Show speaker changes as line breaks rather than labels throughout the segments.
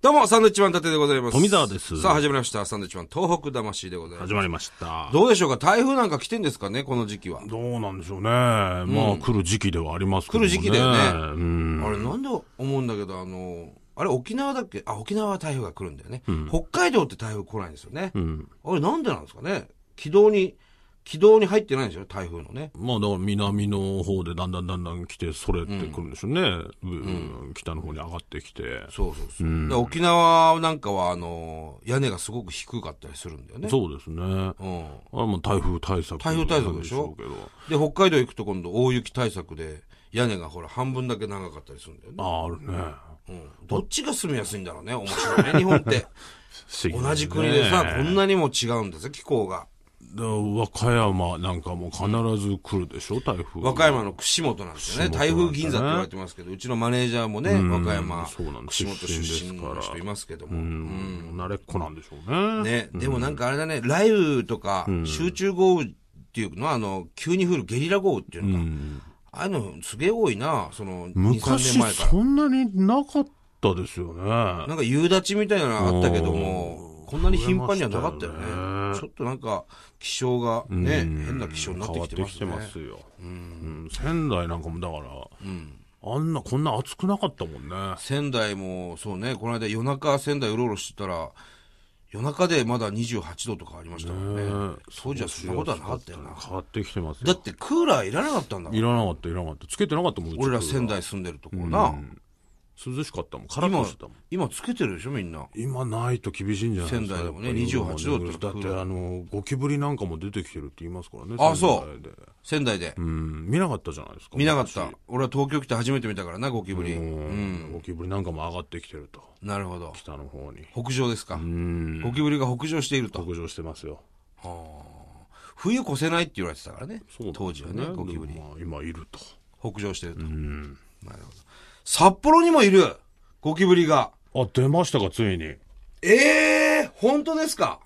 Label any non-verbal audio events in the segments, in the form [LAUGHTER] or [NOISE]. どうも、サンドイッチマン伊達でございます。
富澤です
さあ、始まりました。サンドイッチマン東北魂でございま
始
す。
まりました。
どうでしょうか台風なんか来てんですかねこの時期は。
どうなんでしょうね。まあ、来る時期ではありますけども、ね。
来る時期だよね
うん。
あれ、なんで思うんだけど、あの、あれ、沖縄だっけあ、沖縄は台風が来るんだよね。北海道って台風来ないんですよね。
ん
あれ、なんでなんですかね軌道に、軌道に入ってないんですよ、台風のね。
まあ、だから南の方でだんだんだんだん来て、それってくるんでしょうね。うん北の方に上がってきて。
そうそうそう。だから沖縄なんかは、あの、屋根がすごく低かったりするんだよね。
そうですね。あ
う。ん。
れも台風対策。
台風対策でしょ
なんしょうけど
で、北海道行くと今度大雪対策で、屋根がほら、半分だけ長かったりするんだよね。
ああ、あるね。
うんどっちが住みやすいんだろうね、面白いね、日本
[LAUGHS]
って。
不思議だよね
同じ国でさ、こんなにも違うんですよ、気候が。
だ和歌山なんかも必ず来るでしょ、台風。
和歌山の串本なんですよね。
串本なん
台
だね
風銀座って言われてますけど、うちのマネージャーもね、和歌山、
そうなんです
串本出身の人いますけど
う
も。
ん。慣れっこなんでしょうね。
ね、でもなんかあれだね、雷雨とか、集中豪雨っていうのは、あの、急に降るゲリラ豪雨っていうのかな。ああいうのすげえ多いな、その、2、3年
昔
前から。
そんなになかったですよね。
なんか夕立ちみたいなのあったけども、こんなに頻繁にはなかったよ
増えま
ね。
し
ちょっとなんか、気象がね、変な気象になって
変わ
き
って
てま
き
す
て
ね。
ますよ、うん仙台なんかもだから、あんなこんな暑くなかったもんね
仙台も、そうね、この間夜中仙台うろうろしてたら、夜中でまだ28度とかありましたからね。そうじゃそんなことはなかったよな。
変わってきてます
だ
よ
ってクーラーいらなかったんだも
い
ん。
らなかったいらなかったつけてなかったもん
俺ら
うちの
仙台住んでるとこな。
涼しかったもんカラッ
今
としてたもん、
今つけてるでしょ、みんな。
今ないと厳しいんじゃないですか
仙台でもね
やっぱり
28度って
だってあのゴキブリなんかも出てきてるって言いますからね
あそう
仙台で
仙台で。
うん見なかったじゃないですか
見なかった
昔。
俺は東京来て初めて見たからな、ゴキブリ。
うんゴキブリなんかも上がってきてると
なるほど。
北の方に
北上ですか。
うん
ゴキブリが北上していると。
北上してますよ
冬越せないって言われてたからね。
そうなんです
当
よ
時はね、ゴキブリ
で。もまあ今いると。
北上してると。なるほど。札幌にもいるゴキブリが。
あ、出ましたか、ついに。
ええー、本当ですか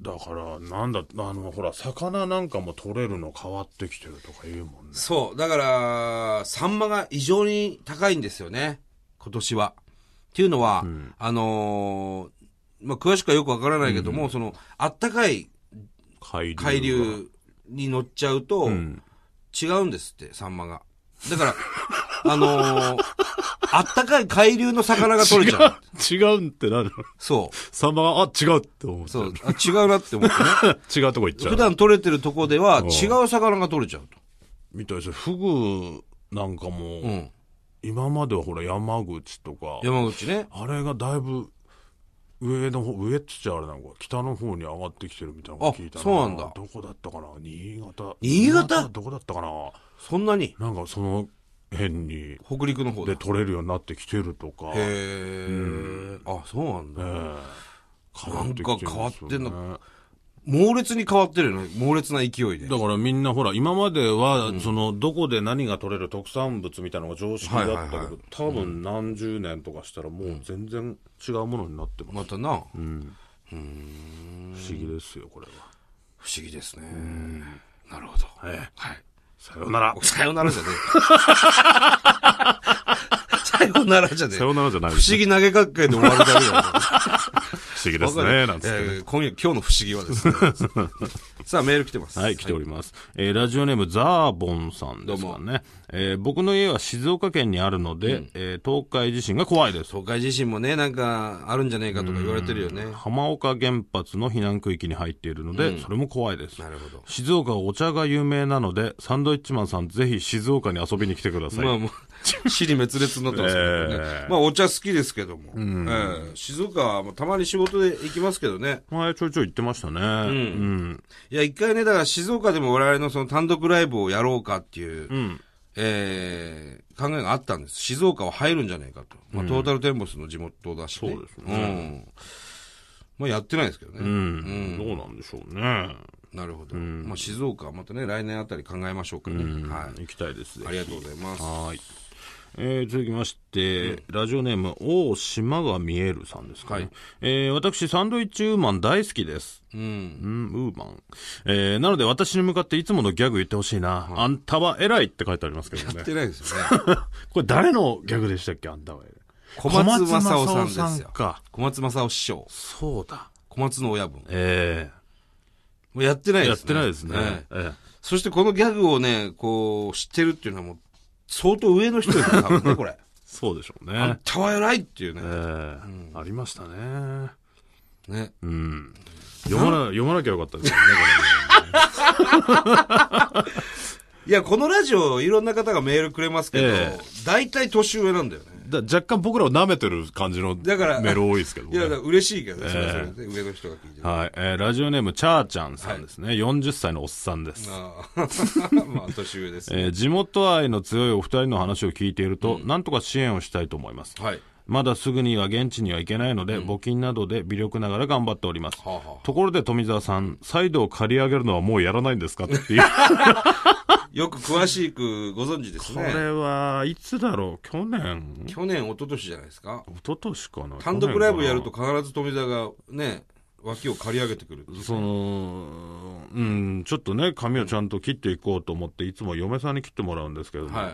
だから、なんだ、あの、ほら、魚なんかも取れるの変わってきてるとか言うもんね。
そう。だから、サンマが異常に高いんですよね。今年は。っていうのは、あのーまあ、詳しくはよくわからないけども、その、あったかい
海流が。
海流に乗っちゃうと、違うんですって、サンマが。だから、あのーあったかい海流の魚が取れちゃう。
[LAUGHS] 違う。違うってなる。
そう。
サンマが、あ、違うって思っちゃ
そう
う。。
[LAUGHS] あ違うなって思って
[LAUGHS]
ね。
違うとこ行っちゃう。
普段取れてるとこでは違う魚が取れちゃうと。
みたいですよフグなんかも、
うん。
今まではほら、山口とか、
山口ね。
あれがだいぶ、上の方、上っつっちゃあれなんか、北の方に上がってきてるみたいなの聞いた
あそうなんだ
どこだったかな新潟。
新潟
どこだったかな
そんなに
なんかその辺に、
北陸の方で。
で
へ
取れるようになってきてるとか、え
え。あ、そうなんだ。
え変
なんか変わってんの
の。
猛烈に変わってるよね。猛烈な勢いで。
だからみんなほら、今までは、その、どこで何が取れる特産物みたいなのが常識だったけど、
はいはいはい
多分何十年とかしたらもう全然違うものになってます。
またな、
不思議ですよ、これは。
不思議ですね。なるほど。
ええ
はい。
さよなら。
さよならじゃね
[LAUGHS]
え。さよならじゃねえ。
さよならじゃない
不
です
思議投げかけで終わるだけだよ。
不思議ですね、なんつって。
えー今夜、今日の不思議は
[LAUGHS]
ですね。さあ、メール来てます。
はい、来ております。えーラジオネーム、ザーボンさんですかね。えー僕の家は静岡県にあるので、えー東海地震が怖いです。
東海地震もね、なんか、あるんじゃねえかとか言われてるよね。
浜岡原発の避難区域に入っているので、それも怖いです。
なるほど。
静岡はお茶が有名なので、サンドイッチマンさん、ぜひ静岡に遊びに来てください。
まあも
[LAUGHS]
う、尻滅裂になってますけどね。
えー
まあお茶好きですけども。えー静岡はもうたまに仕事で行きますけどね。
前ちょいちょい言ってましたね。うん。
いや、一回ね、だから静岡でも我々のその単独ライブをやろうかっていう、えー考えがあったんです。静岡は入るんじゃないかと。まあ、トータルテンボスの地元だし、ね。
そうです
ね。うん。まあやってないですけどね。
うん。どうなんでしょうね。
なるほど。まあ静岡はまたね、来年あたり考えましょうかね。はい。
行きたいですね。
ありがとうございます。
はい。えー続きまして、ラジオネーム、大島が見えるさんですかね。
はい
えー私、サンドイッチウーマン大好きです。
うん。
うん、ウーマン。えーなので私に向かっていつものギャグ言ってほしいな。あんたは偉いって書いてありますけど
や
ね [LAUGHS]
っ。てないですよね。
これ誰のギャグでしたっけあんたは偉い。
小松正夫さんですよ
小松正夫か。
小松正夫師匠。
そうだ。
小松の親分。
え
もうやってな
え
い
や
で
っ
す
て
ね。
ないですね。
ええ
ええ
そしてこのギャグをね、こう、知ってるっていうのはもう、相当上の人
[LAUGHS]
ですよ、多分ね、これ。
そうでしょう
あん
ね。
たは偉いっていう
ええ
ね。
ありましたね。
ね。
うん。読まな、読まなきゃよかったですよね、
いや、このラジオ、いろんな方がメールくれますけど
ええ、
大体年上なんだよね。
これだ若干僕らを舐めてる感じのメ
だから
ール多いですけど
いや、だから
ね。
嬉しいけどね、それはそ
ええ
れで、上の人が聞い
[LAUGHS]
てる。
はい。えーラジオネーム、チャーちゃんさんですね。40歳のおっさんです。
ああ [LAUGHS] まあ、年上です。
えー地元愛の強いお二人の話を聞いていると、なんとか支援をしたいと思います。
はい。
まだすぐには現地には行けないので、募金などで微力ながら頑張っております。
はあは
ところで富澤さん、サイドを借り上げるのはもうやらないんですかって
[LAUGHS]
いう。
あよく詳しくご存知です
これ
ね。
はいつだろう去年
去年、一昨年じゃないですか。
一昨年かな
単独ライブやると必ず富澤がね、脇を刈り上げてくるっていう。
そのうんちょっとね髪をちゃんと切っていこうと思っていつも嫁さんに切ってもらうんですけども、
は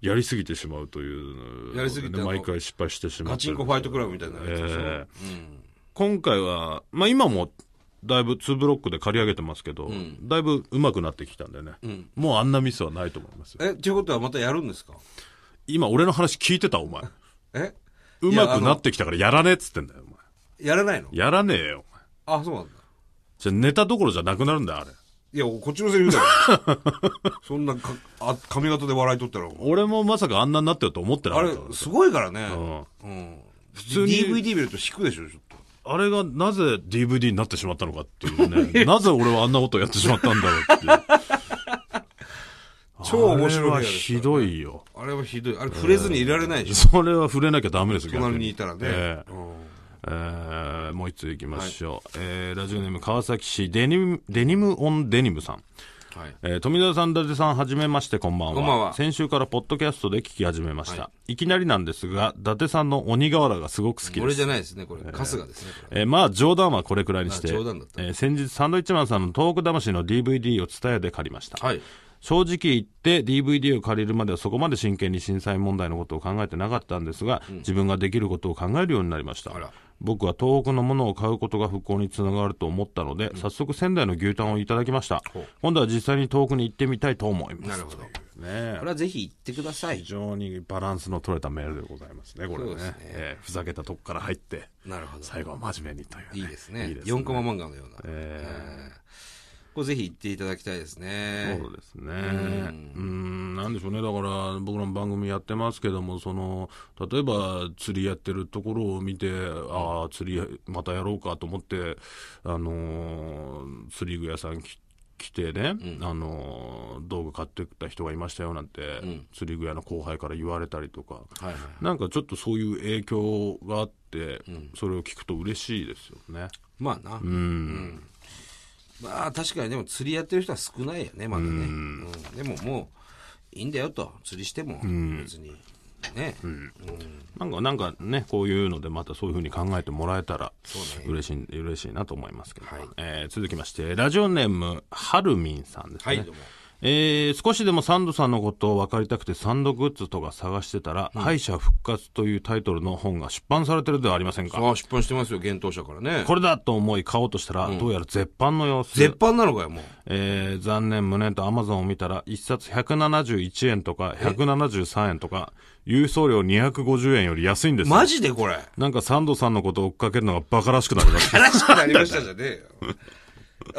やりすぎてしまうというので
やりすぎてあの
毎回失敗してしま
ガ
って
チ
る
ンコファイトクラブみたいなやつでしょ。
え
うん。
今回は、まあ、今もだいぶ2ブロックで刈り上げてますけど、
ん
だいぶ上手くなってきたんでね、
ん
もうあんなミスはないと思いますよ
え、ということはまたやるんですか
今俺の話聞いてたお前
えいや
上手くなってきたからやらねえっつってんだよお前
やらないの
やらねえよお前
あ、そうなんだ。
じゃあネタどころじゃなくなるんだよあれ
いや、こっちのセリフだよ。 [LAUGHS] そんなかあ髪型で笑い取ったら。
俺もまさかあんなになってると思ってな
あ
か
れ
ったか、ら
すごいからね。
う
うん。普
通に
DVD 見ると引くでしょ、ちょっと。
あれがなぜ DVD になってしまったのかっていう
[LAUGHS]
ねなぜ俺はあんなことやってしまったんだろうっていう
超面白い部屋です
あれは
からね
ひどいよ
あれはひどい。あれ触れずにいられないでしょ。
それは触れなきゃダメですよ
隣にいたらね。
ええ
うん
えーもう一ついきましょう、えーラジオネーム川崎市デニムデニムオンデニムさん、
はい。
えー富澤さん伊達さんはじめましてこんばんは
こんばんは
先週からポッドキャストで聞き始めました、い、きなりなんですが伊達さんの鬼瓦がすごく好き
こ
で
れ
す
じゃないですね、これ。春日ですね、これ。
えーまあ冗談はこれくらいにして、
あ冗談だった
えー先日サンドイッチマンさんのトーク魂の DVD を伝えで借りました、
はい。
正直言って DVD を借りるまではそこまで真剣に震災問題のことを考えてなかったんですが、自分ができることを考えるようになりました
あら
僕は東北のものを買うことが復興につながると思ったので、早速仙台の牛タンをいただきました
ほう
今度は実際に東北に行ってみたいと思います
なるほど。
どね
これはぜひ行ってくださ
非
い。
常にバランスの取れたメールでございますねこれね
そうですね
えーふざけたとこから入って
なるほど。
最後は真面目にという、
いいですね。
いい
四
ですね
4コマ漫画のような。
え
えーこれぜひ行っていただきたいですね。
そうですね。うん、なんでしょうね。だから、僕らの番組やってますけども、その、例えば、釣りやってるところを見て、ああ、釣り、またやろうかと思って、あのー釣り具屋さんき来てね、あのー道具買ってきた人がいましたよなんて、釣り具屋の後輩から言われたりとか、
はいはい。
なんかちょっとそういう影響があって、それを聞くと嬉しいですよね。
まあな。
うん。
まあ確かにでも釣りやってる人は少ないよね、まだね。うんでももう、いいんだよと。釣りしても、別に。ね。
なんか、なんかね、こういうので、またそういうふうに考えてもらえたら、嬉しい、嬉しいなと思いますけど、えー続きまして、ラジオネーム、はるみんさんです
は
ね。
い、どうも。
えー少しでもサンドさんのことを分かりたくてサンドグッズとか探してたら、敗者復活というタイトルの本が出版されてるではありませんか。
ああ、出版してますよ、幻冬舎からね。
これだと思い買おうとしたら、どうやら絶版の様子。
絶版なのかよ、もう。
えー残念無念とアマゾンを見たら、一冊171円とか173円とか、郵送料250円より安いんですよ
マジでこれ。
なんかサンドさんのことを追っかけるのがバカらしくなります。
悲しくなりましたじゃねえよ。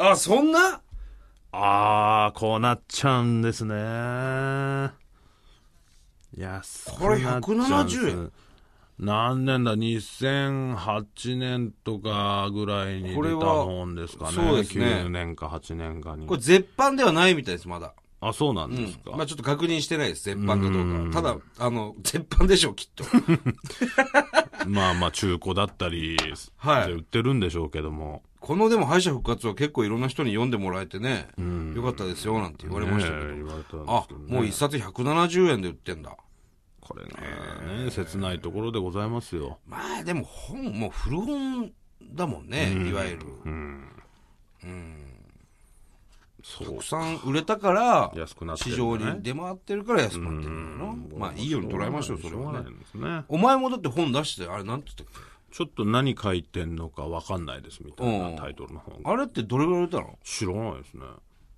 [LAUGHS] あ、そんな
あー、こうなっちゃうんですね。安くなっちゃうんです
これ170円
何年だ ?2008 年とかぐらいに出
これ
た
は
本ですかね。
そうですね
9年か8年かに
こ。れ絶版ではないみたいです、まだ。
あ、そうなんですか。
まあちょっと確認してないです、絶版かどうかは。ただ、あの、絶版でしょう、きっと。
まあまあ中古だったり、
はい
で売ってるんでしょうけども。
このでも敗者復活は結構いろんな人に読んでもらえてね、よかったですよ、なんて言われましたけど。
ねえ言われたんで
あ
すけど、ね。
もう一冊170円で売ってんだ。
これね、ね切ないところでございますよ。
まあでも本、もう古本だもんね、いわゆる。
うん
たくさん売れたから、
安くなってる
市
んだね
場に出回ってるから安くなってるんだよな。まあ、いいように捉えましょう、それ
しょうが
は
な
ね
い。ですね。
お前もだって本出して、あれなんて言ったっ
ちょっと何書いてんのかわかんないですみたい
うん
なタイトルの本
けあれってどれぐらい売れたの
知らないですね。
あ、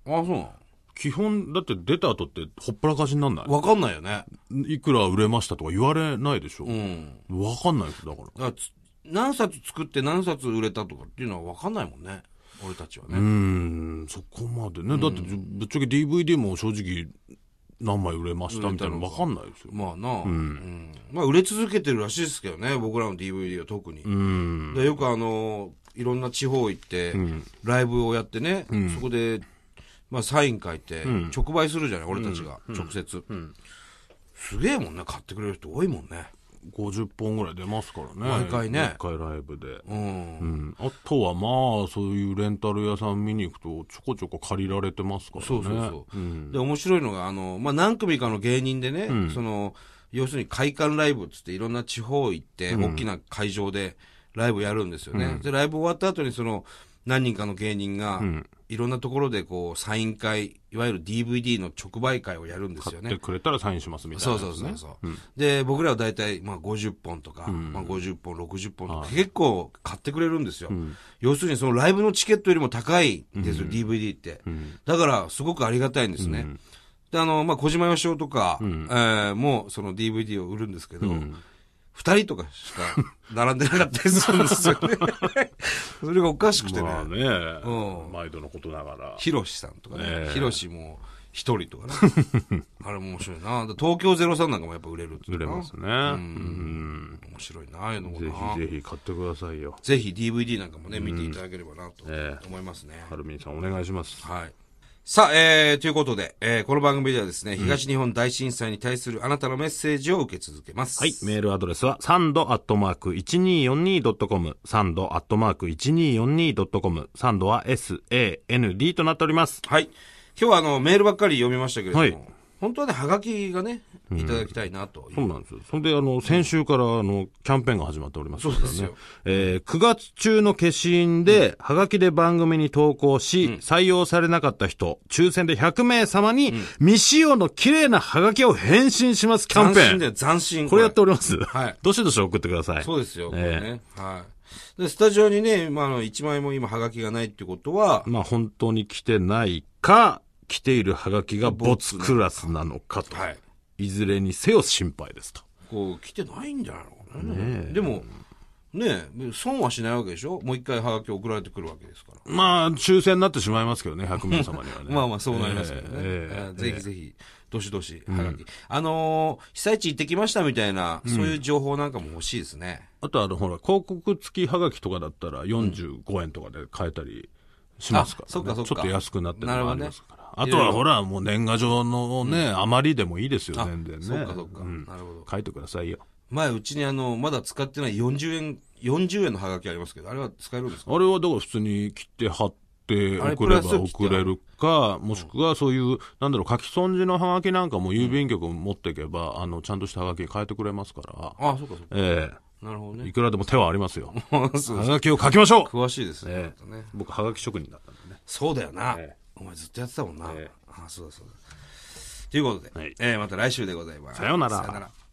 そうな
基本、だって出た後ってほっぽらかしになんない
のわかんないよね。
いくら売れましたとか言われないでしょ
う。ん。
わかんないです、だから。
だからつ何冊作って何冊売れたとかっていうのはわかんないもんね。俺たちは
う
ね。
ん、そこまでね。だって、ぶっちゃけ DVD も正直何枚売れましたみたいなのわかんないですよ。
まあな、うんまあ売れ続けてるらしいですけどね、僕らの DVD は特に。
うん。
でよくあのいろんな地方行って、ライブをやってね、そこで、まあ、サイン書いて、直売するじゃない俺たちが、直接、すげえもんね買ってくれる人多いもんね
50本ぐらい出ますからね。
毎回ね
一回ライブで。
うん、
うん、あとはまあそういうレンタル屋さん見に行くとちょこちょこ借りられてますからね
そうそうそう、で面白いのがあの、まあ、何組かの芸人でね、その要するに会館ライブっつっていろんな地方行って、大きな会場でライブやるんですよね、でライブ終わった後にその何人かの芸人が、いろんなところでこうサイン会いわゆる DVD の直売会をやるんですよね
でくれたらサインしますみたい
そ
な
う
やつ
そ
ね、
うそうそう、で僕らは大体、まあ、50本とか、まあ、50本60本とか結構買ってくれるんですよ、要するにそのライブのチケットよりも高いんですよ、DVD って、だからすごくありがたいんですね、であのまあ、小島よしおとか、えーもうその DVD を売るんですけど、二2人とかしか並んでなかったりするんですよ [LAUGHS] ねそれがおかしくてね、
まあね、
うん
毎度のことながら
ヒロシさんとか
え
ね、
え
ヒロシも一人とか [LAUGHS] ね。あれも面白いな。で東京03なんかもやっぱ売れるっつ
売
って
れ
な
ますねうん
面白いな、ああいうのも
ぜ
な。
ひぜひ買ってくださいよ
ぜひ DVD なんかもね、見ていただければなと
ええ
思いますね。
はるみんさんお願いします
はい。さあ、えー、ということで、えー、この番組ではですね、東日本大震災に対するあなたのメッセージを受け続けます。
はい。メールアドレスは、サンドアットマーク 1242.com。サンドアットマーク 1242.com。サンドは SAND となっております。
はい。今日はあの、メールばっかり読みましたけれども、
はい
本当はね、はがきがね、いただきたいなという。
そうなんですよ。それで、あの、先週から、あの、キャンペーンが始まっておりま
そ
す、
うですよ。
えー、9月中の消印で、はがきで番組に投稿し、採用されなかった人、抽選で100名様に、未使用の綺麗なはがきを返信しますキャンペ
斬新だ
ーン。
よ、斬新。
これやっております。
はい
どしどし送ってください。
そうですよ、こ
え
れ
え
ね。はい。で、スタジオにね、まあ、あの、1枚も今、はがきがないってことは、
まあ本当に来てないか、来ているハガキがボツクラスなのかと。
はいい。
ずれにせよ心配ですと。
こう、来てないんじゃないのかな。でも、ねえ、損はしないわけでしょもう一回はがき送られてくるわけですから。
まあ、抽選になってしまいますけどね、100名様にはね。
[LAUGHS] まあまあ、そうなりますけどね。
ええええ
えーぜひぜひ、どしどし、はがき。あのー被災地行ってきましたみたいな、そういう情報なんかも欲しいですね。
あとあの、ほら、広告付きハガキとかだったら45円とかで買えたりしますから、ね
あそっかそっか
ちょっと安くなってるのもありますから。
な
あ
る
と
ほどね
はほら、もう年賀状のね、余りでもいいですよ、全然ね。
そっかそっか。
うん
なるほど。
書いてくださいよ。
前、うちにあの、まだ使ってない40円、40円のはがきありますけど、あれは使えるんですか
あれはだから普通に切って貼って
あれ
送れば
プラス切って
送れるか、もしくはそういう、なんだろう、書き損じのハガキなんかも郵便局持っていけば、あの、ちゃんとしたハガキ変えてくれますから、
ああ、そっかそっか。
え
なるほど
え
ね
い。くらでも手はあ
[LAUGHS]
りますよ。
そう
ハガキを書きましょう
詳しいですね,、
ええ
ね
僕、ハガキ職人だったんでね。
そうだよな、
ええ
お前ずっとやってたもんな、
ええ
ああそうだそうだということで、
はい
ええまた来週でございます
さようなら
さよなら